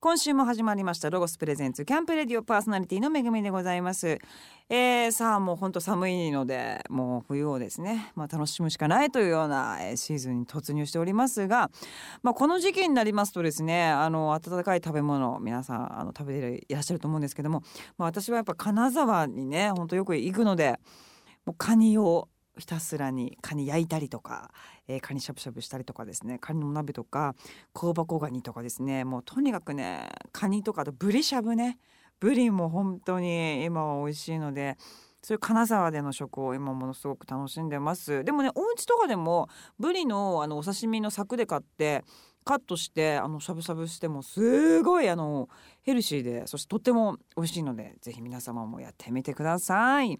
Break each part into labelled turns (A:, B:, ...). A: 今週も始まりましたロゴスプレゼンツキャンプレディオパーソナリティのめぐみでございます、えー、さあもう本当寒いのでもう冬をですねまあ楽しむしかないというようなえーシーズンに突入しておりますがまあこの時期になりますとですねあの温かい食べ物皆さんあの食べていらっしゃると思うんですけどもまあ私はやっぱ金沢にね本当よく行くのでもうカニをひたすらにカニ焼いたりとか、えーカニしゃぶしゃぶしたりとかですねカニの鍋とか香箱ガニとかですねもうとにかくねカニとかあとブリしゃぶねブリも本当に今は美味しいのでそういう金沢での食を今ものすごく楽しんでますでもねお家とかでもブリのあのお刺身の柵で買ってカットしてあのしゃぶしゃぶしてもすごいあのヘルシーでそしてとっても美味しいのでぜひ皆様もやってみてください。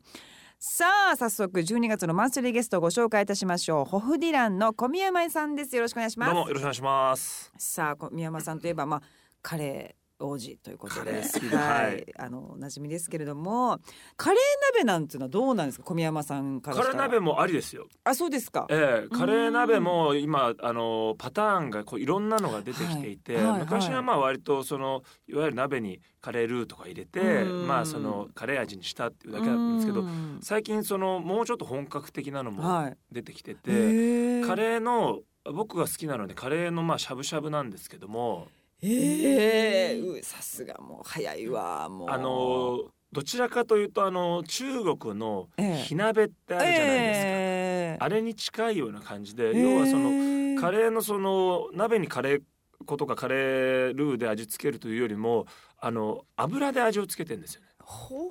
A: さあ早速12月のマンスリーゲストをご紹介いたしましょうホフディランの小宮山さんですよろしくお願いします
B: どうもよろしくお願いします。
A: さあこ宮山さんといえばまあカレー王子ということで
B: カレー好きで
A: は
B: はいい、
A: あのおなじみですけれどもカレー鍋なんていうのはどうなんですか小宮山さんか
B: カ
A: らした
B: レ
A: ら
B: ー鍋もありですよ。
A: あそうですか
B: ええカレー鍋も今あのパターンがこういろんなのが出てきていて、
A: はいはいはい
B: 昔はまあ割とそのいわゆる鍋にカレールーとか入れて、
A: うん
B: まあそのカレー味にしたっていうだけなんですけ
A: う
B: ど、
A: ん
B: 最近そのもうちょっと本格的なのも
A: はい
B: 出てきて
A: へ
B: て、
A: ー
B: カレーの僕が好きなのでカレーのまあしゃぶしゃぶなんですけども、
A: ええうさすがもう早いわもう
B: あのどちらかというとあの中国の火鍋ってあるじゃないですか。
A: ええ
B: あれに近いような感じで、要はそのカレーのその鍋にカレー粉とかカレールーで味付けるというよりも、あの油で味をつけてんですよね。
A: ほ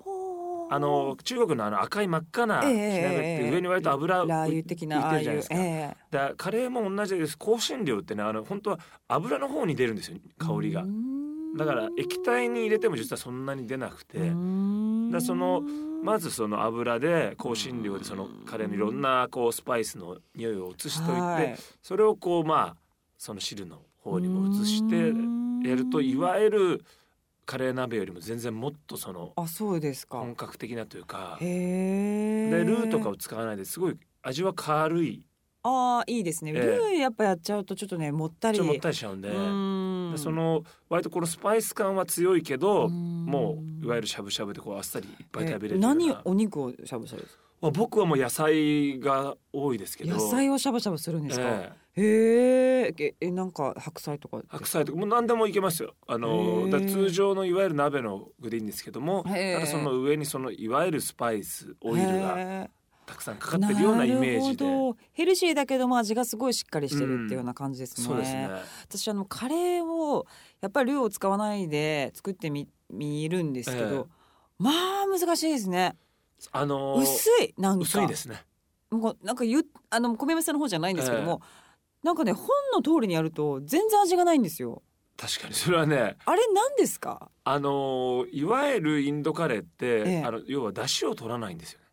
A: ー
B: あの中国のあの赤い真っ赤な火
A: ええ
B: 鍋って上に割と油
A: ラ
B: を
A: ー
B: 浮
A: 油
B: いて
A: 的
B: るじ
A: なあ
B: ゃ
A: あ
B: ないいうで、すか。
A: ええ
B: だからカレーも同じです。香辛料ってね、あの本当は油の方に出るんですよ。香りが
A: う。ん
B: だから液体に入れても実はそんなに出なくて。
A: うん
B: だそのまずその油で香辛料でそのカレーのいろんなこうスパイスの匂いを移しといて、
A: はい
B: それをこうまあその汁の方にも移して
A: うん
B: やるといわゆるカレー鍋よりも全然もっとその
A: あそうですか
B: 本格的なというか
A: へ
B: で
A: え
B: ルーとかを使わないですごい味は軽い
A: ああいいですね
B: え
A: ル
B: え
A: ーやっぱやっちゃうとちょっとねもったり
B: ちょっともったりしちゃうんで
A: うん
B: でその割とこのスパイス感は強いけども
A: も
B: ういわゆるしゃぶしゃぶでこうあっさりいっぱい食べれるような
A: 何お肉をしゃぶしゃぶです
B: まあ僕はもう野菜が多いですけど
A: 野菜をしゃぶしゃぶするんですか
B: ええ
A: へえええなんか白菜とか
B: 白菜とかもう何でもいけますよあの
A: へー
B: だから通常のいわゆる鍋の具でいいんですけども
A: へー
B: ただその上にそのいわゆるスパイスオイルが
A: へえ
B: たくさんかかってるようなイメージで
A: なるほどヘルシーだけども味がすごいしっかりしてるっていうような感じですね、
B: そうですね
A: 私あのカレーをやっぱりルーを使わないで作ってみ見るんですけど、まあ難しいですね
B: あの
A: 薄いなんか
B: 薄いですね
A: もうなんかゆあの米飯さんの方じゃないんですけども、なんかね本の通りにやると全然味がないんですよ
B: 確かにそれはね
A: あれ何ですか
B: あのいわゆるインドカレーって、
A: ええ
B: あの要は出汁を取らないんですよね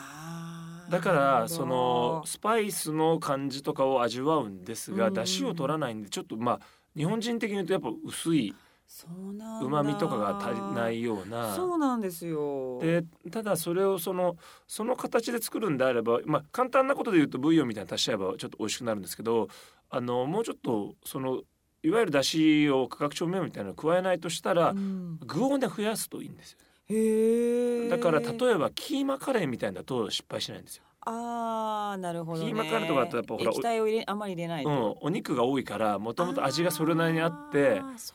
A: あー
B: だか
A: なるほ
B: ら
A: ど
B: そのスパイスの感じとかを味わうんです
A: うん
B: が
A: うん
B: 出汁を取らないんでちょっとまあ日本人的に言うとやっぱ薄い
A: そうなんだ
B: 旨味とかが足りないような
A: そうなんですよ
B: でただそれをそのその形で作るんであれば、まあ、簡単なことで言うとブイヨンみたいに足しちゃえばちょっと美味しくなるんですけどあのもうちょっとそのいわゆるだしを価格調味料みたいなのを加えないとしたら、
A: うん
B: 具をね増やすといいんですよ
A: へえ
B: だから例えばキーマカレーみたいだと失敗しないんですよ、
A: ああなるほどね
B: キーマカレーとかだとやっぱほら
A: 液体を入れあんまり入れない
B: うん、お肉が多いからもともと味がそれなりにあって
A: ーそ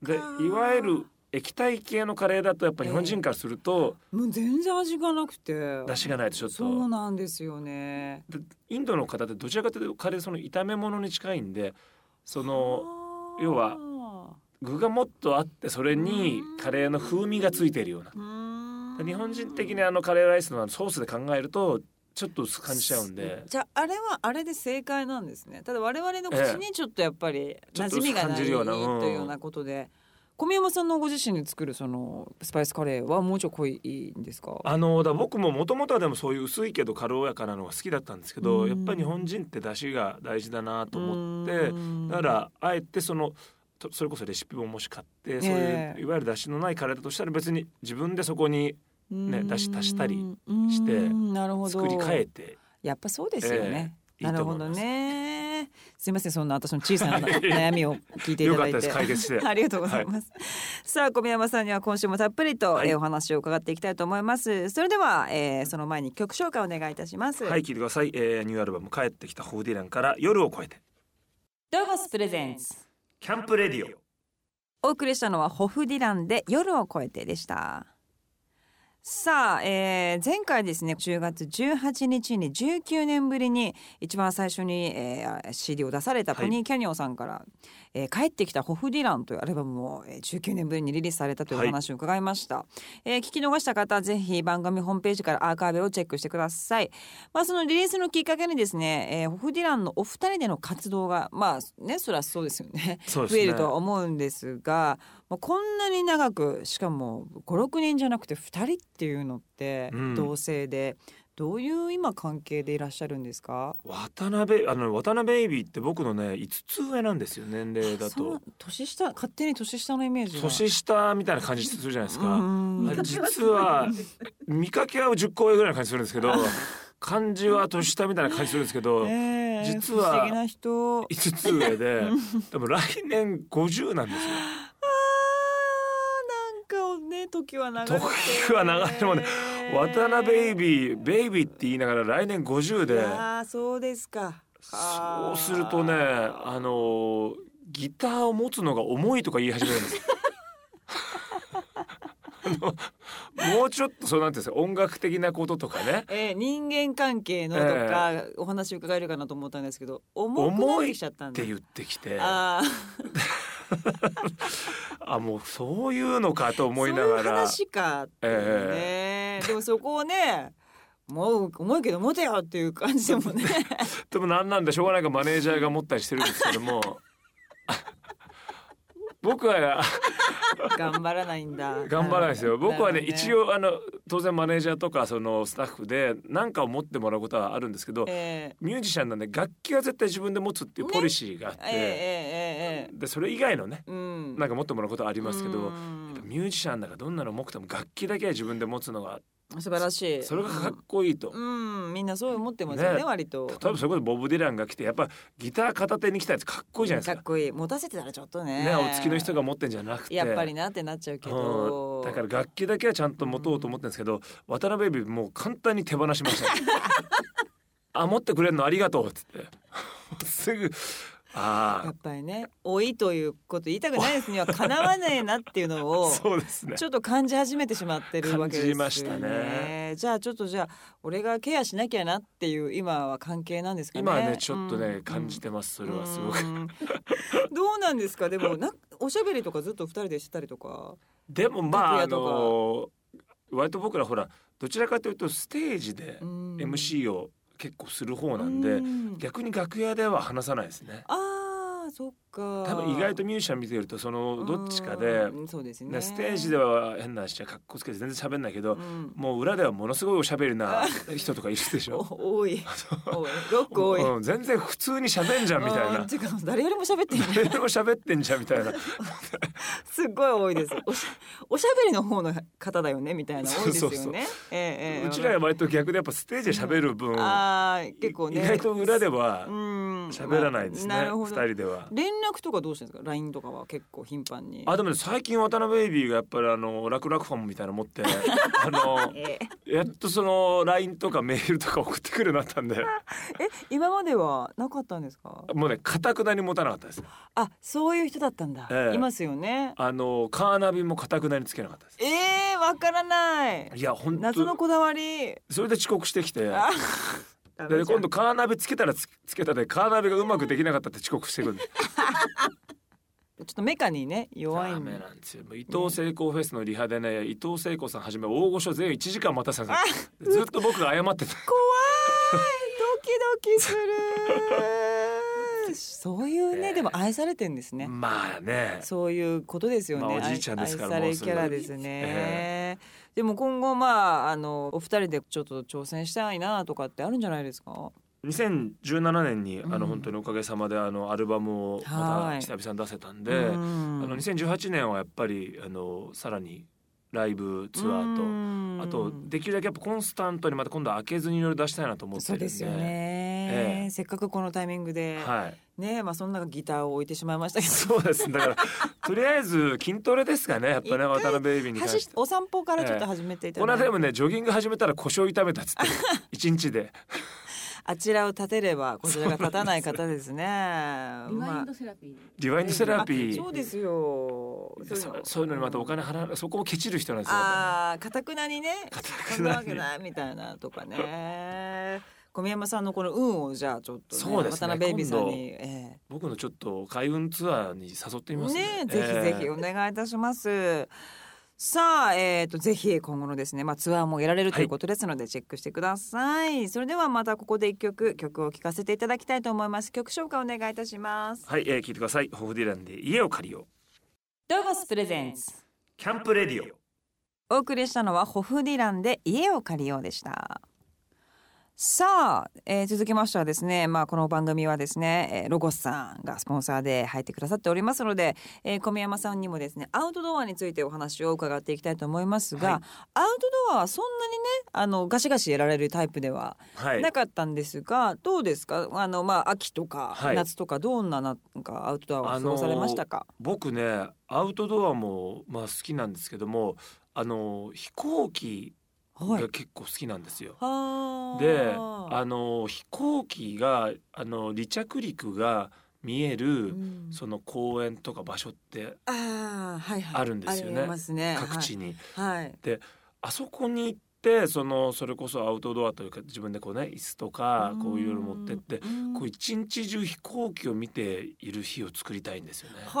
A: う
B: でいわゆる液体系のカレーだとやっぱ日本人からすると
A: もう全然味がなくて
B: 出汁がないとちょっと
A: そうなんですよね
B: でインドの方ってどちらかというとカレーその炒め物に近いんでその
A: あー
B: 要は具がもっとあってそれにカレーの風味がついてるような
A: うーん
B: 日本人的にあのカレーライスのあのソースで考えるとちょっと薄く感じちゃうんで
A: じゃああれはあれで正解なんですねただ我々の口にちょっとやっぱり
B: ちょ
A: 馴
B: っと
A: 染みがな
B: 感
A: いと
B: じる
A: い
B: ようなうん
A: うようなことで小宮山さんのご自身で作るそのスパイスカレーはもうちょい濃いんですか
B: あのだから僕ももともとはでもそういう薄いけど軽やかなのが好きだったんですけど
A: うん
B: やっぱり日本人って出汁が大事だなと思って
A: だ
B: だからあえてそのとそれこそレシピ本もし買ってそう
A: え
B: い
A: え
B: ういわゆる出汁のないカレーだとしたら別に自分でそこにね出汁足したりして
A: うんなるほど
B: 作り変えて
A: やっぱそうですよね、
B: ええいい
A: な
B: と
A: るほ
B: 思い
A: ど
B: ます。
A: ねねすいませんそんな私の小さな悩みを聞いてい
B: よ
A: た
B: か
A: だい
B: ったで
A: て
B: す解決 して。
A: ありがとうございます。さあ小宮山さんには今週もたっぷりと、
B: はい
A: えーお話を伺っていきたいと思います。それでは、えーその前に曲紹介お願いいたします。
B: はい、聞いてください。えーニューアルバム帰ってきたホーディランから夜を越えて
A: ドゴスプレゼンス。
B: キャンプレディオ。
A: お送りしたのはホフディランで夜を越えてでした。さあ、えー前回ですね10月18日に19年ぶりに一番最初に、えー CD を出された
B: はい
A: ポニー・キャニオンさんから、えー帰ってきたホフディランというアルバムを、えー19年ぶりにリリースされたというお話を伺いました、えー聞き逃した方はぜひ番組ホームページからアーカイブをチェックしてくださいまあそのリリースのきっかけにですね、えーホフディランのお二人での活動がまあねそれはそうですよね
B: そうです
A: 増
B: ね。
A: えるとは思うんですが、まあ、こんなに長くしかも56人じゃなくて2人っていうのって
B: うん
A: 同性で、どういう今関係でいらっしゃるんですか
B: 渡辺あの渡辺ベイビーって僕のね五つ上なんですよ年齢だ
A: そん
B: と
A: な。年下勝手に年下のイメージが
B: 年下みたいな感じするじゃないですか。
A: うん
B: あれ実は見かけは10個上ぐらいの感じするんですけど漢字は年下みたいな感じするんですけど
A: ええ
B: 実は
A: 不思議な人あ
B: 5つ上ででも来年50なんですよ。
A: ーなんかね時は流れて
B: 時は流れるもんね渡辺ベ
A: ビ
B: イビーベイビーって言いながら来年50で
A: ああそうですか
B: そ
A: あー
B: うするとねあのギターを持つのが重いとか言い始めるんですよ。あのもうちょっとそうなんていうんですか音楽的なこととかね
A: えー、人間関係のとか、お話伺えるかなと思ったんですけど重くなってきちゃったん
B: っ
A: だ
B: て言ってきてあ
A: ああ
B: もうそういうのかと
A: そう
B: 思
A: い
B: いうながら
A: 話かっていうね、でもそこをねもう重いけど持てよっていう感じでもね
B: でもなんなんでしょうがないからマネージャーが持ったりしてるんですけども 僕は
A: 頑張らないんだ
B: 頑張らないですよ僕はね一
A: 応、
B: 応あの当然マネージャーとかそのスタッフで何かを持ってもらうことはあるんですけど
A: えー
B: ミュージシャンなんで楽器は絶対自分で持つっていうポリシーがあっ
A: え
B: て、
A: ー、えー、えー、え
B: でそれ以外のね
A: ー、うん
B: な
A: か
B: んか持ってもらうことはあり
A: い
B: ますけどミュージシャンだからどんなの重くても楽器だけは自分で持つのが
A: 素晴らしい
B: それがかっこいいと。
A: うん、うんみんなそう思ってますよね
B: ね
A: 割と
B: 例えばそれこそボブ・ディランが来てやっぱギター片手に来たやつかっこいいじゃないです
A: か
B: か
A: っ。こいい持たせてたらちょっとね
B: ね、お付きの人が持ってんじゃなくて
A: やっぱりなってなっちゃうけど、
B: うんだから楽器だけはちゃんと持とうと思ってるんですけど、渡辺ベイビーもう簡単に手放しました あ持ってくれるのありがとうっつって すぐ
A: や
B: あ
A: っぱりね老いということ言いたくないですにはかなわねえなっていうの
B: あ
A: を
B: そうですね
A: ちょっと感じ始めてしまってるわけですよ、ね、
B: 感じましたね
A: じゃあちょっとじゃあ俺がケアしなきゃなっていう今は関係なんですかね
B: 今はねちょっとね、
A: うん
B: 感じてますそれはすごく、
A: うんどうなんですかでもなおしゃべりとかずっと二人でしてたりと か
B: でもまああ
A: 楽屋
B: の
A: と
B: 割と僕らほらどちらかというとステージで
A: うん
B: MC を結構する方なんで、
A: うん
B: 逆に楽屋では話さないですね
A: あーそっか
B: 多分意外とミュージシャン見てるとそのどっちかで
A: うんそうですね
B: ね、ステージで
A: は、
B: は変な話じゃかっこつけて全然喋んないけど、
A: うん
B: もう裏ではものすごいおしゃべ りな人とかいるでしょ
A: お多い多いロック多い
B: うん、全然普通に喋んじゃんみたい
A: あー
B: な
A: てか誰よりも喋ってるね
B: 誰も喋ってんじゃんみ たいな
A: すっごい多いです。おしゃおしゃべりの方の方だよねみたいな多いですよね。
B: そうそうそう
A: ええええ
B: うちらは割と逆でやっぱステージで喋る分、
A: あー結構ね
B: 意外と裏では
A: うん
B: 喋らないですね、
A: まあなる
B: 二
A: ほど。連
B: 人では。
A: 絡とかどうしてるんですか。LINE とかは結構頻繁に。
B: あでもね最近渡辺ベイビーがやっぱりあの楽々ファンみたいなの持って あの
A: ええ
B: やっとその LINE とかメールとか送ってくるようになったんで
A: え今まではなかったんですか。
B: もうねかたくなに持たなかったです
A: あそういう人だったんだ。
B: ええ
A: いますよね。
B: あのカーナビもかたくなにつけなかったです
A: ええわからない。
B: いや本当
A: 謎のこだわり。
B: それで遅刻してきて
A: あダメ
B: で
A: じゃ
B: 今
A: ん
B: 度カーナビつけたらつつけたでカーナビがうまくできなかったって遅刻してくるんです
A: ちょっとメカにね弱い
B: ダ
A: んで
B: メなんですよもう伊藤聖子フェスのリハでね伊藤聖子さんはじめ大御所全員1時間待たせたんですよずっと僕が謝ってた
A: 怖いドキドキする そういうねでも愛されてんですね、
B: まあね
A: そういうことですよね、
B: まあおじいちゃんですから
A: 愛
B: もう
A: 愛
B: す
A: さ
B: ぐ
A: れキャラですね、でも今後まああのお二人でちょっと挑戦したいなとかってあるんじゃないですか
B: 2017年にあの
A: うん
B: 本当におかげさまであのアルバムをま
A: は
B: た
A: い
B: 久々に出せたん
A: う
B: であ
A: ん
B: の2018年はやっぱりあのさらにライブツアーと
A: うん
B: あとできるだけやっぱコンスタントにまた今度は開けずにいろいろ出したいなと思って
A: そ
B: る
A: うん
B: で
A: ですよねね、
B: ええ
A: せっかくこのタイミングで、
B: はい。
A: ねまあそんなギターを置いてしまいましたけど
B: そうですね。だから、とりあえず筋トレですかね。やっぱね、
A: 一回
B: 渡辺エイビに関
A: 走
B: し。
A: ってお散歩からちょっと始めていた
B: こ
A: だ
B: の
A: いて、
B: 間もね、ジョギング始めたら腰を痛め たっつってる、一日で。
A: あちらを立てればこちらが立たない方ですね。ま
C: リワイ
A: あ
C: ンドセラピー。
B: リワインドセラピー。
A: そうですよ。
B: そそういうのにまたお金払う、そこもケチる人なんですよ。
A: ああ、かたくなにね、
B: くなに
A: そんなわけないみたいなとか ね。小宮山さんのこの運をじゃあちょっと、ね、
B: そうですね
A: 渡辺ベイビーさんに、え
B: 僕のちょっと開運ツアーに誘って
A: え
B: みます
A: ねえぜひぜひ
B: え
A: お願いいたします。さあ、えー、とぜひ今後のですね、まあ、ツアーもやられるということですのでチェックしてください、それではまたここで一曲曲を聴かせていただきたいと思います曲紹介お願いいたします
B: ーはい、えー、聞いてください。ホフディランで家を借りよう。
A: ドゴスプレゼンス
B: キャンプレディオ。
A: お送りしたのはホフディランで家を借りようでしたさあ、えー続きましてはですね、まあ、この番組はですね、えーロゴスさんがスポンサーで入ってくださっておりますので、えー小宮山さんにもですねアウトドアについてお話を伺っていきたいと思いますが、
B: はい
A: アウトドアはそんなにねあのガシガシやられるタイプでは
B: はい。
A: なかったんですが、どうですかあの、まあ、秋とか
B: はい
A: 夏とかどんななんかアウトドアを過ごされましたか、
B: 僕ねアウトドアもまあ好きなんですけどもあの飛行機
A: はい
B: が結構好きなんですよ。
A: はあ
B: であの飛行機があの離着陸が見え
A: う
B: る
A: ん
B: その公園とか場所って
A: ああはいはい
B: あるんですよね
A: ありますね
B: 各地に
A: はい、はい
B: あそこに行ってそのそれこそアウトドアというか自分でこうね椅子とかこういうの持ってって
A: うん
B: こう一日中飛行機を見ている日を作りたいんですよね。
A: は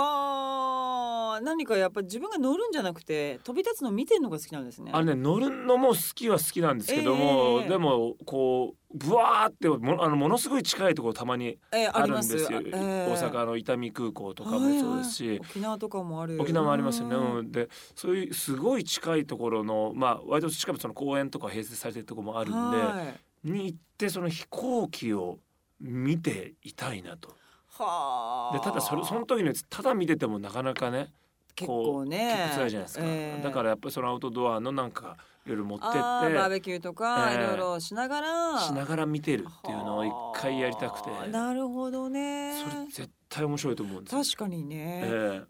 A: あ何かやっぱ自分が乗るんじゃなくて飛び立つのを見てるのが好きなんですね
B: あのね乗るのも好きは好きなんですけども、
A: ええ
B: でもこうぶわーってもあのものすごい近いところたまに
A: えー
B: あ
A: あり
B: るん
A: ま
B: ですすよ
A: あえー
B: 大阪の伊丹空港とかもそうですし、
A: はいはい沖縄とかもある
B: 沖縄もありますよね、
A: うん
B: うんでそういうすごい近いところのまあ割と近くその公園とか併設されてるところもあるんで、
A: はい
B: に行ってその飛行機を見ていたいなと。
A: はあ
B: でただそれその時にただ見ててもなかなかね
A: 結構ね
B: 結構辛いじゃないですか、
A: えー
B: だからやっぱりそのアウトドアのなんか夜持ってって
A: あーバーベキューとか
B: え
A: い
B: ー
A: ろいろしながら
B: しながら見てるっていうのを一回やりたくて、
A: はあなるほどね
B: それ絶対面白いと思うんですよ。
A: 確かにね、
B: ええ
A: ななん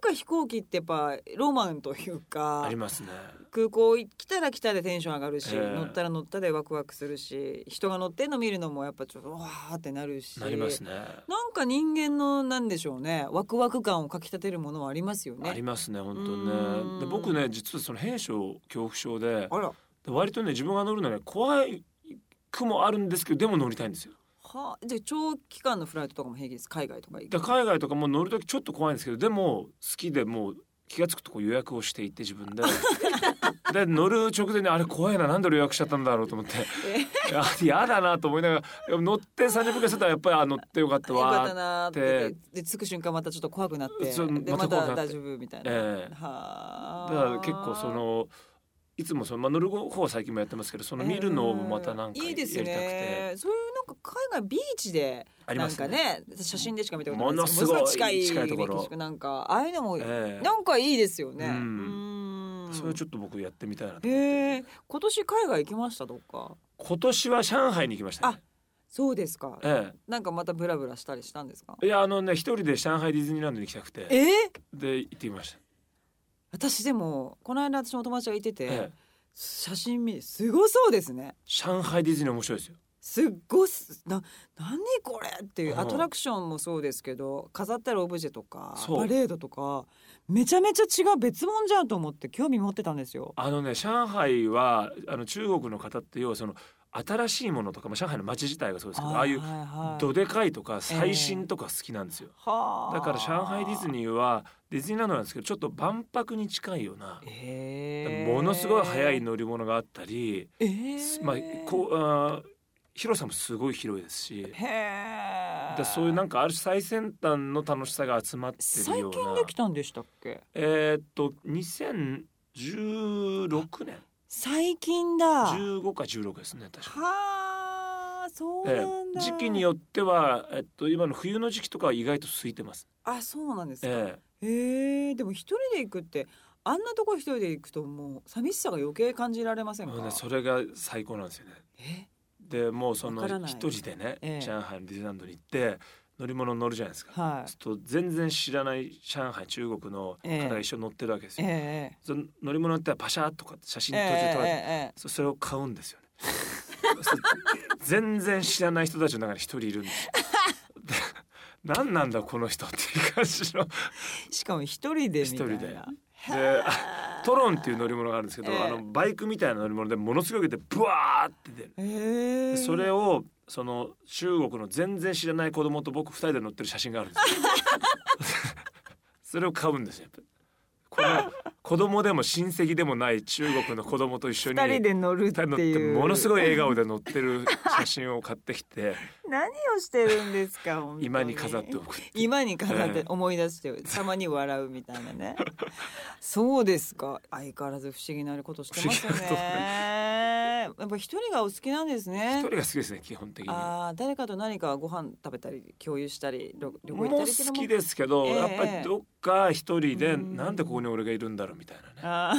A: か飛行機ってやっぱロマンというか
B: ありますね。
A: 空港行来たら来たでテンション上がるし、
B: ええ
A: 乗ったら乗ったでワクワクするし人が乗ってんの見るのもやっぱちょっとわーってなるし
B: なりますね。
A: なんか人間のなんでしょうねワクワク感をかきたてるものはありますよね。
B: ありますね本当に
A: う
B: ね。
A: ん
B: で僕ね実はその兵所恐怖症で
A: あらは
B: で割とね自分が乗るのはね怖いくもあるんですけどでも乗りたいんですよ。
A: あじゃあ長期間のフライトとかも平気です海外とか行
B: で
A: く
B: 海外とかも乗る時ちょっと怖いんですけどでも好きでもう気が付くとこう予約をしていって 自分で。で乗る直前にあれ怖いななんで俺予約しちゃったんだろうと思ってあ嫌だなと思いながら乗って30分くらいしてたらやっぱりあ乗ってよかった
A: よかっ
B: わ
A: たなーって
B: で
A: で着く瞬間またちょっと怖くなって
B: そう
A: でま
B: また怖くな
A: た
B: っ
A: 大
B: て
A: 丈夫みたいな。
B: ええ
A: は
B: だ
A: あ
B: から結構そのいつもその、まあ、乗る方は最近もやってますけどその見るのもまたなんか
A: うん
B: や
A: いい
B: りた
A: で
B: く
A: す
B: て、
A: ねそういうなんか海外ビーチで
B: あり
A: な
B: ま
A: ん
B: す
A: か
B: ね。
A: ね写真でしか見たことないですけど
B: ものすご
A: 近
B: い
A: い
B: 近いところ
A: メキシコなんかああいうのも
B: ええ
A: なんかいいですよね
B: うん
A: うん
B: それをちょっと僕やってみたいなと思って、
A: へえ今年海外行きましたどっか
B: 今年は上海に行きましたね。
A: そうですか
B: え
A: なんかまたブラブラしたりしたんですか
B: え、いやあのね一人で上海ディズニーランドに行きたくて
A: ええ
B: で行ってきました。
A: 私でもこの間私も友達がいてて、
B: ええ、
A: 写真見すごそうですね
B: 上海ディズニー面白いですよ。
A: すっごすな何これっていう
B: うん
A: アトラクションもそうですけど飾ってあるオブジェとか
B: そう
A: パレードとかめちゃめちゃ違う別物じゃんと思って興味持ってたんですよ。
B: あのね上海はあの中国の方って要はその新しいものとか、まあ、上海の街自体がそうですけどああいう
A: はいはい
B: どでかいとか最新とか好きなんですよ。
A: はあ
B: だから上海ディズニーはディズニーランドなんですけどちょっと万博に近いような、
A: へえ
B: ものすごい速い乗り物があったり、
A: えー
B: まあ、こうあー広さもすごい広いですし
A: へえ
B: だそういうなんかある種最先端の楽しさが集まってる
A: 最
B: ような
A: 近できたんでしたっけ
B: えーっと2016年
A: 最近だは
B: 15か16ですね確か。
A: あそう
B: え
A: なん
B: え
A: だ、
B: 時期によっては、えっと、今の冬の時期とかは意外と空いてます。
A: あそうなんですか、
B: え
A: へえでも一人で行くってあんなとこ一人で行くともう寂しさが余計感じられませ
B: え
A: んか、
B: もうねそれが最高なんですよね。
A: え
B: でもうそ
A: わから
B: の
A: ない
B: 一人でね、
A: ええ
B: 上海のディズニーランドに行って乗り物に乗るじゃないですか。
A: は
B: ちょっと全然知らない上海中国の方が一緒に乗ってるわけです
A: い。
B: よ。
A: え
B: その乗り物に乗ってパシャッとかって写
A: え
B: 真
A: ええ
B: 途中で撮られて、
A: ええ
B: そそれを買うんですよね。 そ全然知らない人たちの中に一人いるんですよ。で何なんだこの人っていう感じの。
A: ええしかも一人でみたいな。
B: 一人でであトロンっていう乗り物があるんですけど、
A: ええ
B: あのバイクみたいな乗り物でものすごい受けてブワーって出る。
A: ええ
B: でそれをその中国の全然知らない子供と僕二人で乗ってる写真があるんですよ。 それを買うんですよ。やっぱりこの子供でも親戚でもない中国の子供と一緒に
A: 二人で乗る
B: 二
A: って
B: 人乗って
A: いう。
B: ものすごい笑顔で乗ってる写真を買ってきて
A: 何をしてるんですか。本当
B: 今に飾っておくっていう
A: 今に飾っ
B: え
A: て
B: え
A: 思い出してたまに笑うみたいなねそうですか相変わらず不思議なことしてますよ
B: 不思議なこと
A: ねやっぱ一人がお好きなんです
B: 一
A: ね
B: 人が好きですね基本的に。
A: あー誰かと何かご飯食べたり共有したり旅旅行
B: もう
A: 行ったりっていうの
B: 好きですけど、
A: ええ
B: やっぱりどっか一人で、
A: うん
B: なんでここに俺がいるんだろうみたいなね、
A: あ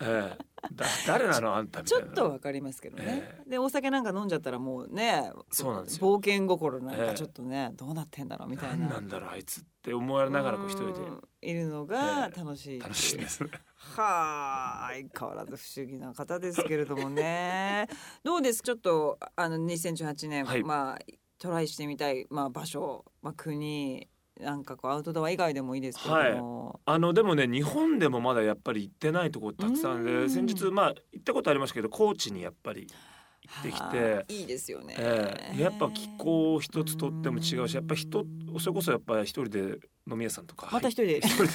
A: ー
B: ええだ誰なのあんたみ
A: ち
B: たい
A: ょ
B: な
A: っとわかりますけどね、
B: え
A: でお酒なんか飲んじゃったらもうね
B: そうなんですよ
A: 冒険心なん
B: え
A: か
B: え
A: ちょっとね、どうなってんだろうみたい
B: 何
A: な
B: なんだろうあいつって思われながらこう一人で
A: うんいるのが
B: ええ
A: 楽しいってう
B: 楽しいですね、
A: はあ相変わらず不思議な方ですけれども ねどうですちょっとあの2018年、
B: はい
A: まあトライしてみたい、まあ、場所、まあ、国なんかこうアウトドア以外でもいいですけれども、
B: あのでもね日本でもまだやっぱり行ってないとこたくさん
A: う
B: で
A: ん
B: 先日まあ行ったことありましたけど高知にやっぱり行ってき
A: はあ
B: て。
A: いいですよね、
B: ええやっぱ気候一つとっても違うしやっぱ人それこそやっぱり一人で飲み屋さんとか
A: また一人で
B: 一人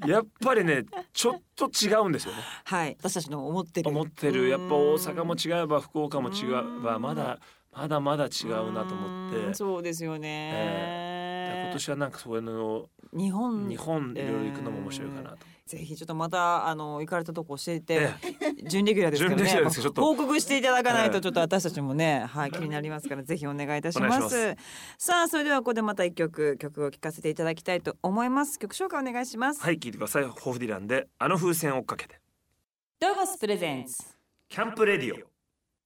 B: でやっぱりねちょっと違うんですよね
A: はい私たちの思ってる
B: 思ってるやっぱ大阪も違えば福岡も違え
A: う
B: ば
A: ん
B: まだまだまだ違うなと思って
A: うん
B: だか
A: そうですよね、
B: ら今年はなんかそういうのを
A: 日本
B: 日本いろいろ行くのも面白いかなと、
A: ぜひちょっとまたあの行かれたとこ教えて、
B: え
A: 準レギュラーですからね
B: 準レギュラーですよちょっと
A: 報告していただかない
B: は
A: と
B: い
A: ちょっと私たちもね、はい、気になりますからぜひお願いいたします
B: お願いします
A: さあそれではここでまた一曲曲を聴かせていただきたいと思います曲紹介お願いします、
B: はい聞いてくださいホフディランで「あの風船追っかけて
A: ドゴスプレゼンス」
B: キャンプレディオ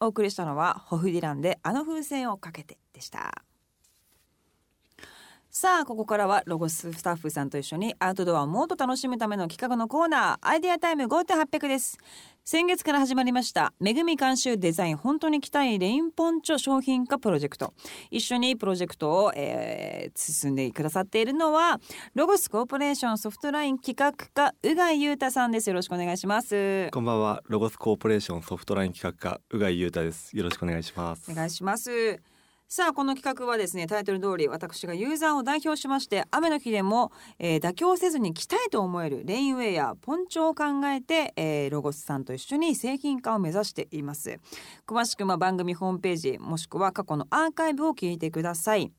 A: お送りしたのはホフディランであの風船をかけてでしたさあここからはロゴススタッフさんと一緒にアウトドアをもっと楽しむための企画のコーナーアイデアタイム5800です先月から始まりました「めぐみ監修デザイン本当に着たいレインポンチョ商品化プロジェクト」一緒にプロジェクトを、えー進んでくださっているのはロゴスコーポレーションソフトライン企画課宇賀裕太さんですよろしくお願いします
C: こんばんは、ロゴスコーポレーションソフトライン企画課宇賀井裕太です。よろしくお願いします。
A: お願いします。さあこの企画はですねタイトル通り私がユーザーを代表しまして雨の日でも、えー妥協せずに着たいと思えるレインウェアポンチョを考えて、えーロゴスさんと一緒に製品化を目指しています詳しくまあ番組ホームページもしくは過去のアーカイブを聞いてください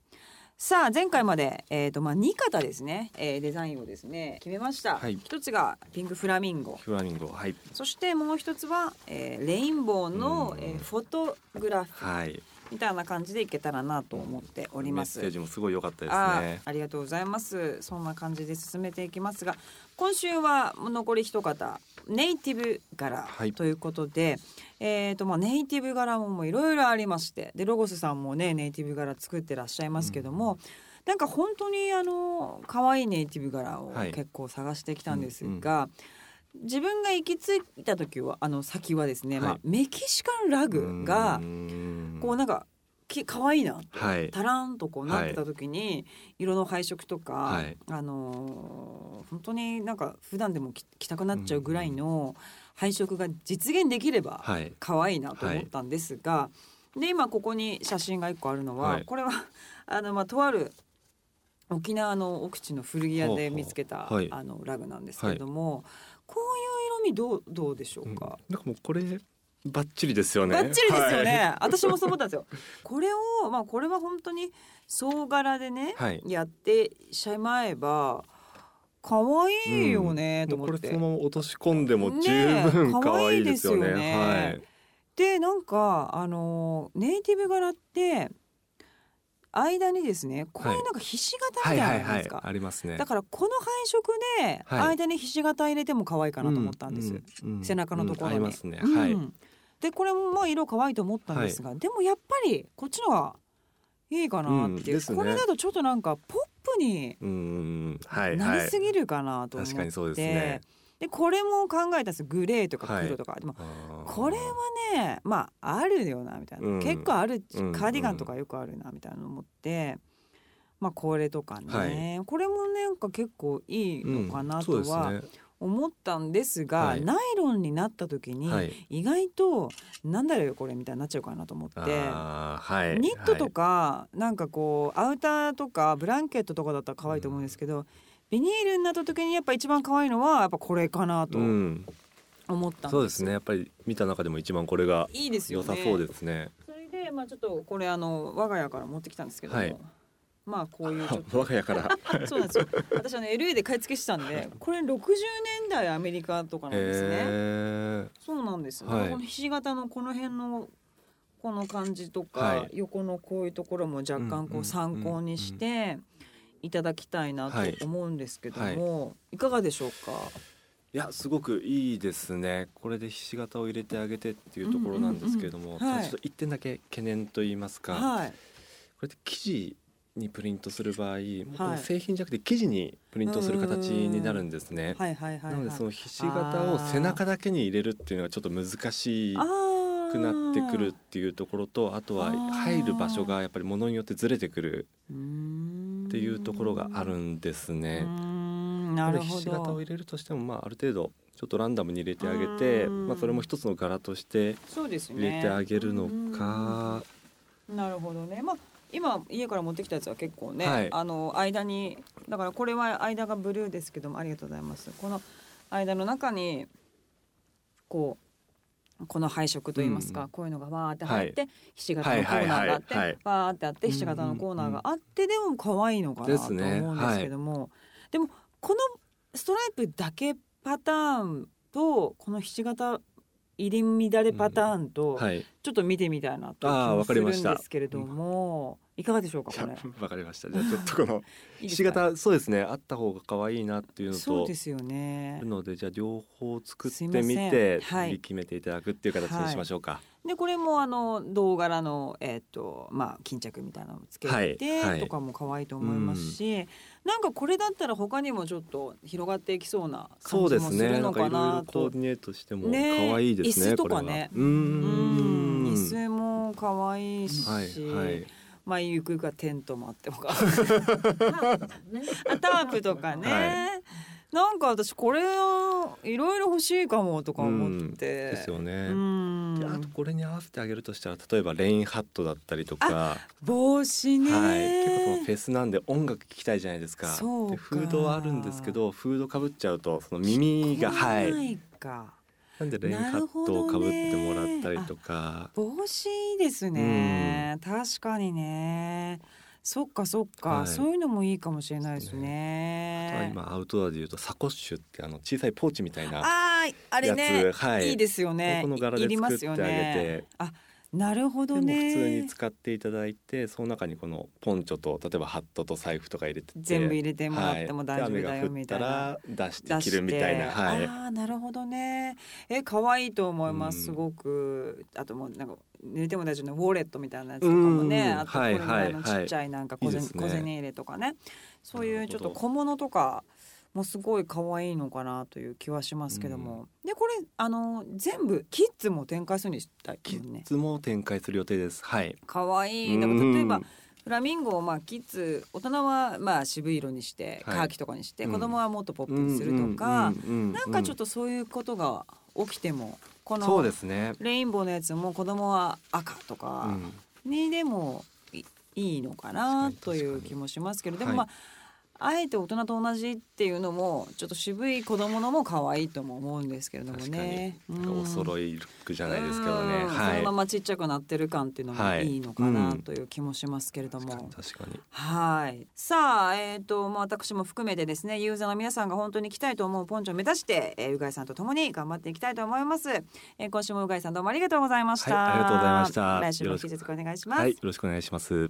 A: さあ前回まで、えーとまあ、2型ですね、えーデザインをですね決めました、
C: はい
A: 一つがピンクフラミンゴ
C: フラミンゴ、はい、
A: そしてもう一つは、えーレインボーの、
C: うん
A: えーフォトグラフ
C: はい、
A: みたいな感じでいけたらなと思っており
C: メ
A: ま
C: ッ
A: す。
C: セージもすごい良かったです
A: あ
C: ね
A: あ。ありがとうございますそんな感じで進めていきますが今週は残り一方ネイティブ柄
C: はい
A: ということで、えーとまあ、ネイティブ柄ももういろいろありましてでロゴスさんもねネイティブ柄作ってらっしゃいますけども、なんか本当にあの可愛いネイティブ柄を
C: はい
A: 結構探してきたんですが、自分が行き着いた時はあの先はですね、ま
C: は
A: あ
C: い、
A: メキシカンラグが、
C: うーん
A: こうなんかき可愛いな
C: はい、
A: タラーンとこうなってた時に、色の配色とか、
C: はい
A: あのー本当になんか普段でも着着たくなっちゃうぐらいの配色が実現できれば
C: はい、
A: 可愛いなと思ったんですが、で今ここに写真が一個あるのは、
C: はい
A: これは あの、まあ、とある沖縄の奥地の古着屋
C: ほうほ
A: で
C: う
A: 見つけた、
C: はい
A: あのラグなんですけれども、こういう色味どうどうでしょうん
C: う、なん
A: か
C: か、もうこれバッチリですよね。
A: バッチリですよね、
C: はい。
A: 私もそう思ったん ですよこれをまあこれは本当に総柄でね、
C: はい
A: やってしまえば可愛いよねと
C: もうこ
A: 思っ
C: れ
A: て、
C: そのまま落とし込んでも十
A: ねえ
C: 分可愛いですよね。
A: 可愛いですよね
C: はい、
A: でなんかあのーネイティブ柄って間にですねこういうなんかひし形
C: は
A: み
C: い、
A: た
C: はいい、
A: なの
C: は
A: です
C: い
A: か、
C: ありますね。
A: だからこの配色で
C: はい
A: 間にひし形入れても可愛いかなと思ったんです、
C: ううう
A: 背中のところに、
C: ありますね。
A: うん
C: はい、
A: でこれもまあ色可愛いと思ったんですが、でもやっぱりこっちのがいいかなっていう、
C: うんですね
A: これだとちょっとなんかポップに
C: うんうんはい
A: な
C: は
A: り
C: い
A: すぎるかなと思って、
C: 確かにそうですね
A: でこれも考えたんですよグレーとか黒とか、でも
C: あー
A: これはねまああるよなみたいな、
C: うん
A: 結構あるカ
C: うん
A: ーディガンとかよくあるなみたいなの思って、まあこれとかね、これもなんか結構いいのかなと
C: うんそう
A: は
C: です
A: 思ったんですが、
C: はい
A: ナイロンになった時に、
C: ねはい
A: 意外となんだろうよこれみたいになっちゃうかなと思って。
C: あーはい
A: ニットとか、なんかこうアウターとかブランケットとかだったら可愛いと思うんですけど、ビニールになった時にやっぱ一番可愛いのはやっぱこれかな
C: はい
A: と
C: うん
A: 思ったんです、
C: そうですねやっぱり見た中でも一番これが
A: いいですよ
C: 良
A: ね
C: さそうですね
A: それでまあちょっとこれあの我が家から持ってきたんですけども、
C: はい
A: まあこういうちょっ
C: 我が家から
A: とそうなんですよ私あの LA で買い付けしてたんでこれ60年代アメリカとかなんですね、
C: へ
A: そうなんです、
C: はい
A: このひし形のこの辺のこの感じとか、
C: はい
A: 横のこういうところも若干
C: うんうんう
A: こ
C: ん
A: う参考にしていただきたいなと
C: はい
A: 思うんですけども、い、かがでしょうか
C: いやすごくいいですねこれでひし形を入れてあげてっていうところなんですけれども、
A: うんうんうんはい
C: ただちょっと一点だけ懸念と言いますか、
A: はい
C: これって生地にプリントする場合、もうこ
A: は
C: の
A: い
C: 製品じゃなくて生地にプリントする形になるんですね。
A: はいはいはいはい
C: なのでそのひし形を背中だけに入れるっていうのがちょっと難しくなってくるっていうところとあとは
A: あー
C: 入る場所がやっぱり物によってずれてくる
A: っ
C: っていうところがあるんですね。
A: な
C: なの
A: る
C: でひ
A: ほ
C: し形を
A: ど
C: 入れるとしてもまあある程度ちょっとランダムに入れてあげて、
A: うん
C: まあ、それも一つの柄として
A: そうですね
C: 入れてあげるのか、
A: うんなるほどねまあ今家から持ってきたやつは結構ね、
C: はい
A: あの間にだからこれは間がブルーですけどもありがとうございますこの間の中にこうこの配色といいますか、
C: うん
A: こういうのがわーって入って、ひし形のコーナーがあって、
C: はいはいはいはい
A: わーってあってひし形のコーナーがあって、でも可愛いのかな
C: で
A: と
C: すね
A: 思うんですけども、でもこのストライプだけパターンとこのひし形入り乱れパターンと、
C: はい
A: ちょっと見てみたいなと
C: あー
A: 気も
C: わか
A: す
C: り
A: るん
C: ました
A: ですけれども、いかがでしょうか
C: い
A: こ
C: や
A: れ。
C: わかりましたじゃあちょっとこの
A: いいで
C: ひ
A: す
C: し
A: か
C: 形そうですねあった方が可愛いなっていうの
A: そう
C: と
A: ですよね
C: る。のでじゃあ両方作っ
A: すい
C: て
A: ません
C: みて
A: はい
C: 次決めていただくっていう形にしましょうか。
A: でこれもあの銅柄のえっ、とまあ巾着みたいなのをつけ
C: はいは
A: て
C: い
A: とかも可愛いと思いますし、なんかこれだったら他にもちょっと広がっていきそうな
C: そ
A: 感
C: う
A: じ
C: で
A: も
C: す
A: す
C: ね。
A: る
C: なん
A: の
C: かいろ
A: か
C: いろ
A: な
C: コ
A: と。
C: ーディネートしても可
A: ね
C: 愛いです
A: 椅子
C: ね。
A: と
C: こ
A: か
C: れは。
A: ね
C: うー
A: うん
C: ん。
A: 椅子も可愛いし、
C: はいはい。
A: まあゆくゆくはテントもあってもか あタープとかね、
C: は
A: なんか私これをいろいろ欲しいかもとか思って、
C: ですよね。
A: うん
C: であとこれに合わせてあげるとしたら例えばレインハットだったりとか、
A: 帽子ね、
C: はい、結構そのフェスなんで音楽聴きたいじゃないですか
A: そうか
C: でフードはあるんですけどフードかぶっちゃうとその耳がはい
A: 来ないか
C: なんでレインハットをかぶってもらったりとか、
A: 帽子いいですね、確かにねそっかそっか、
C: はい
A: そういうのもいいかもしれないです
C: あ
A: ね
C: とは今アウトドアでいうとサコッシュってあの小さいポーチみたいな
A: あーあれね
C: やつはい
A: いいですよね
C: この柄
A: い
C: で
A: りま
C: 作っ
A: す
C: てあ
A: よ
C: げて、
A: ねあなるほど
C: でも普
A: ね
C: 通に使っていただいてその中にこのポンチョと例えばハットと財布とか入れてて
A: 全部入れてもらっても大丈夫だ
C: はい
A: よ
C: で雨が降
A: み
C: ったた
A: いな、
C: ら出して
A: 出
C: 着るみたいな
A: して
C: はい
A: ああなるほどねえ可愛いと思います、
C: うん
A: すごくあともうなんか濡れても大丈夫なウォレットみたいなやつとかもね、
C: うん
A: あとこれぐらいの
C: はい
A: ち
C: はい
A: っちゃいなんか小銭,、
C: いいですね
A: 小銭入れとかねそういう
C: なるほ
A: ちょ
C: ど
A: っと小物とかもすごい可愛いのかなという気はしますけども、でこれあの全部キッズも展開するにしたい
C: キ
A: もんね
C: ッズも展開する予定ですはい
A: 可愛いだから例えば、
C: うん
A: フラミンゴをまあキッズ大人はまあ渋い色にして、
C: はい
A: カーキとかにして
C: うん
A: 子供はもっとポップにするとか、なんかちょっと
C: と
A: そういうことが起きてもこ
C: そう
A: の
C: ですね、
A: レインボーのやつも子供は赤と
C: う
A: か
C: ん、
A: にでもいいいのかな
C: 確か
A: と
C: に
A: いう
C: 確かに
A: 気もしますけど
C: は
A: で
C: い
A: もまああえて大人と同じっていうのもちょっと渋い子供のも可愛いとも思うんですけれども
C: 確かに
A: ね。
C: なんかお揃いルックじゃないですけどね
A: うん
C: は
A: その
C: い
A: ままちっちゃくなってる感っていうのも
C: はい
A: いいのかな
C: うん
A: という気もしますけれど
C: 確
A: も。
C: かに確かに
A: はい。さあ、えっ、と、まあ、私も含めてですね、ユーザーの皆さんが本当に来たいと思うポンチョを目指して、えー、うがいさんと共に頑張っていきたいと思います。えー、今週もうがいさんどうもありがとうございました。
C: はいありがとうございました
A: 来週も
C: よ
A: 引き
C: ろしく
A: 続きお願いします。
C: はいよろしくお願いします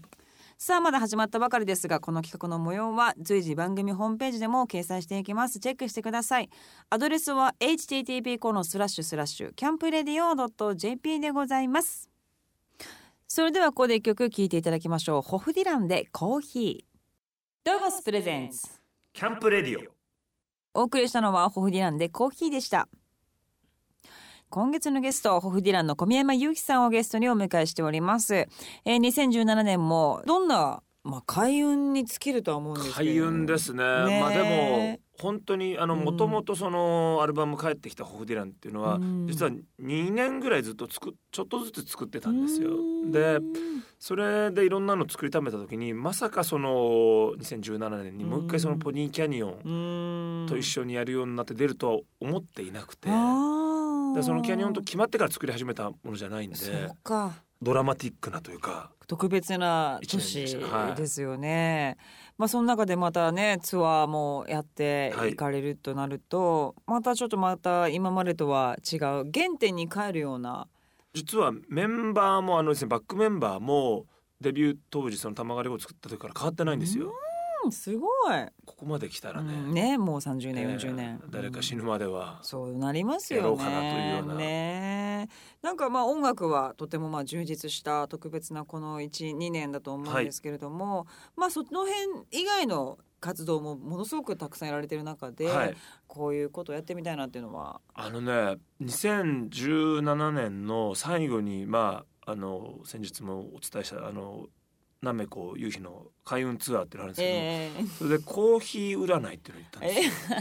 A: さあまだ始まったばかりですがこの企画の模様は随時番組ホームページでも掲載していきますチェックしてくださいアドレスは http コロンスラッシュスラッシュキャンプレディオドット .jp でございますそれではここで一曲聴いていただきましょうホフディランでコーヒードゴスプレゼンツ
B: キャンプレディオ
A: お送りしたのはホフディランでコーヒーでした今月のゲストホフディランの小宮山雄貴さんをゲストにお迎えしております、えー、2017年もどんなまあ開運に尽きるとは思うんですけれ
B: 開
A: ども
B: 運ですね
A: ねえ
B: まあでも本当にあの
A: うん
B: もともとそのアルバム帰ってきたホフディランっていうのは、
A: うん
B: 実は2年ぐらいずっとつくちょっとずつ作ってたんですよ
A: うーん
B: でそれでいろんなの作りためた時にまさかその2017年にもう一回そのポニーキャニオン
A: うーん
B: と一緒にやるようになって出るとは思っていなくて、
A: あー
B: でそのキャニオンと決まってから作り始めたものじゃないんで
A: そうか
B: ドラマティックなというか
A: 特別な
B: 一
A: 年
B: 年でしたはい
A: ですよね。まあその中でまたねツアーもやって
B: はい
A: 行かれるとなると、またちょっとまた今までとは違う原点に帰るような。
B: 実はメンバーもあのですねバックメンバーもデビュー当時その玉狩りを作った時から変わってないんですよ。
A: うんすごい。
B: ここまで来たらね,、
A: うんねもう三十年
B: え
A: 四
B: ー
A: 十年、
B: 誰か死
A: ぬ。
B: ぬまでは、
A: そうなりますよね。
B: やろうかなというような
A: ねなんかまあ音楽はとてもまあ充実した特別なこの一二年だと思うんですけれども、まあその辺以外の活動もものすごくたくさんやられてる中で、
B: はい
A: こういうことをやってみたいなっていうのは。
B: あのね2017年の最後にまああの先日もお伝えしたあのなめこ夕日の開運ツアーっていうのあるんですけ
A: ええ
B: ど、それでコーヒー占いっていうのに行 ったんですよ。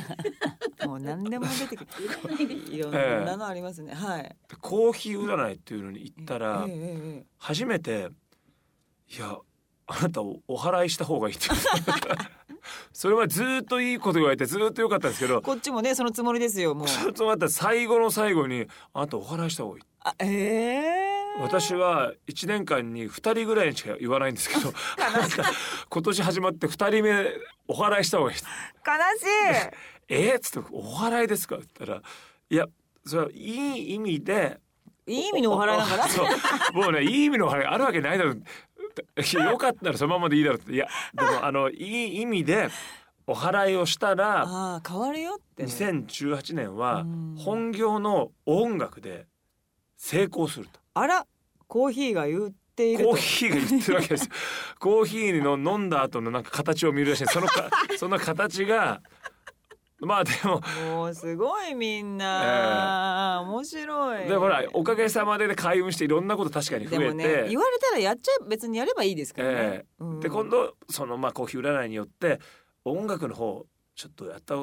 A: えもう何でも出てく る。いろん
B: ええ
A: なのありますね。はい。
B: でコーヒー占いっていうのに行ったら、
A: えええ
B: 初めて「いやあなたをお祓いした方がいい」って 言われたそれまでずーっといいこと言われてずーっと良かったんですけど
A: えこっちもねそのつもりです よもう。
B: ずっとまた最後の最後に「あなたお祓いした方がいい」
A: あええ
B: 私は1年間に2人ぐらいにしか言わないんですけどあなた今年始まって2人目お祓いした方がいいって
A: 悲しい。
B: 「えっ?」つって「お祓いですか?」って言ったら「いやそれはいい意味で
A: いい意味のお払いだから。
B: そうもうねいい意味のお払いあるわけないだろうよかったらそのままでいいだろうっていやでもあのいい意味でお祓いをしたら
A: ああ変わるよって。
B: 2018年は
A: うん
B: 本業の音楽で成功すると
A: あらコーヒーが言っていると。
B: コーヒーが言ってるわけ ですよコーヒーの飲んだ後のなんか形を見るらしいそ のかその形がまあでも
A: もうすごいみんな、面白い。
B: でもほらおかげさまでね開運していろんなこと確かに増
A: で
B: え
A: も
B: て、
A: ね言われたらやっちゃえ別にやればいいですからね。
B: え
A: うん
B: で今度そのまあコーヒー占いによって音楽の方ちょっとやった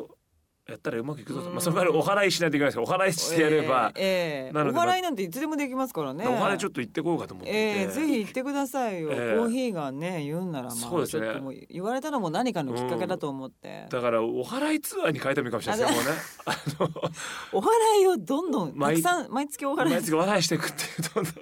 B: やったらうまくいくぞと、
A: うん
B: まあ、その代わりお祓いしないといけないですけどお祓いしてやれば、
A: ええええ
B: なの
A: お
B: で
A: 笑いなんていつでもできますからね
B: お祓いちょ
A: っ
B: っと行ってこうかと思ってて、
A: ええぜひ行ってくださいよ、
B: ええ
A: コーヒーがね言うんならまあ
B: そうですね
A: ちょっともう言われたらもう何かのきっかけだと思って、
B: だからお祓いツアーに変えたもいいかもしれないですねもうね
A: お笑いをどんどんた
B: 毎
A: くさん毎月お
B: あの
A: 笑い
B: 毎月お祓いしていくっていうどんどん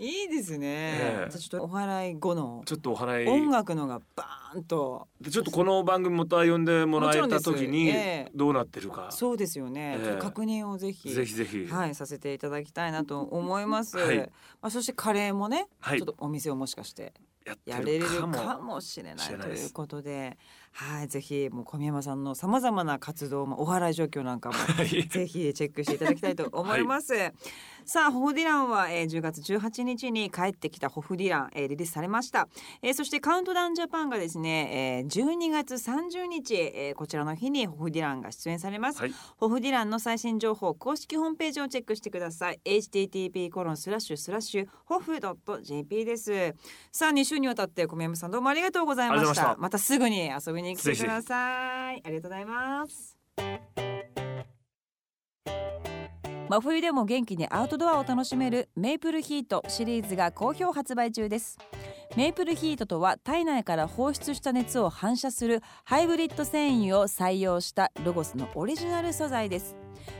A: いいですね、
B: ええ
A: じゃあちょっとお笑い後の
B: ちょっとお祓い
A: 音楽のがバーンと
B: でちょっとこの番組もた呼んでもらえ
A: も
B: た時
A: ちろんで
B: に
A: すええ
B: どうなってるか、
A: そうですよね、
B: ええ
A: ちょっと確認をぜひ
B: ぜひぜひ、
A: はいさせていただきたいなと思います、
B: はい
A: まあ、そしてカレーもね、
B: はい
A: ちょっとお店をもしかして
B: や
A: や
B: っ
A: れ
B: て
A: る
B: るかも
A: かもしれない
B: 知ら
A: と
B: ないです
A: いうことで、はい、ぜひもう小宮山さんのさまざまな活動、まあ、お祓い状況なんかも
B: はい
A: ぜひチェックしていただきたいと思います。さあホフディランは、えー10月18日に帰ってきたホフディラン、えーリリースされました、えーそしてカウントダウンジャパンがですね、えー12月30日、えーこちらの日にホフディランが出演されます、
B: はい
A: ホフディランの最新情報公式ホームページをチェックしてください http コロンスラッシュスラッシュホフ .jp ですさあ2週にわたって小宮山さんどうもありがとうございま
B: ありがと
A: し
B: うござい
A: たま
B: ました
A: たすぐに遊びに来て
B: ぜひぜ
A: く
B: ひ
A: ださいありがとうございます真冬でも元気にアウトドアを楽しめるメイプルヒートシリーズが好評発売中ですメイプルヒートとは体内から放出した熱を反射するハイブリッド繊維を採用したロゴスのオリジナル素材です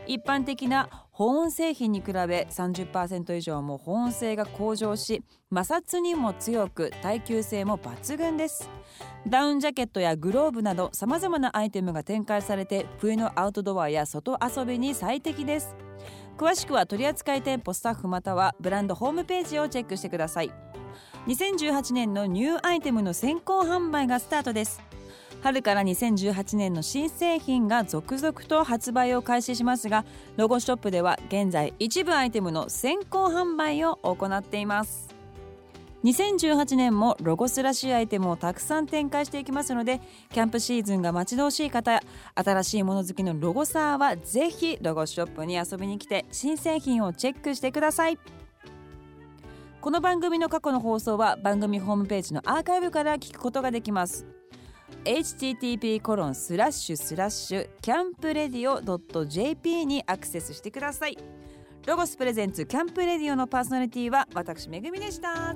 A: 一般的な保温製品に比べ30%以上も保温性が向上し摩擦にも強く耐久性も抜群ですダウンジャケットやグローブなどさまざまなアイテムが展開されて冬のアウトドアや外遊びに最適です詳しくは取扱店舗スタッフまたはブランドホームページをチェックしてください2018年のニューアイテムの先行販売がスタートです春から2018年の新製品が続々と発売を開始しますがロゴショップでは現在一部アイテムの先行販売を行っています2018年もロゴスらしいアイテムをたくさん展開していきますのでキャンプシーズンが待ち遠しい方や新しいもの好きのロゴサーはぜひロゴショップに遊びに来て新製品をチェックしてくださいこの番組の過去の放送は番組ホームページのアーカイブから聞くことができます http コロンスラッシュスラッシュキャンプレディオ .jp にアクセスしてくださいロゴスプレゼンツキャンプレディオのパーソナリティは私めぐみでした。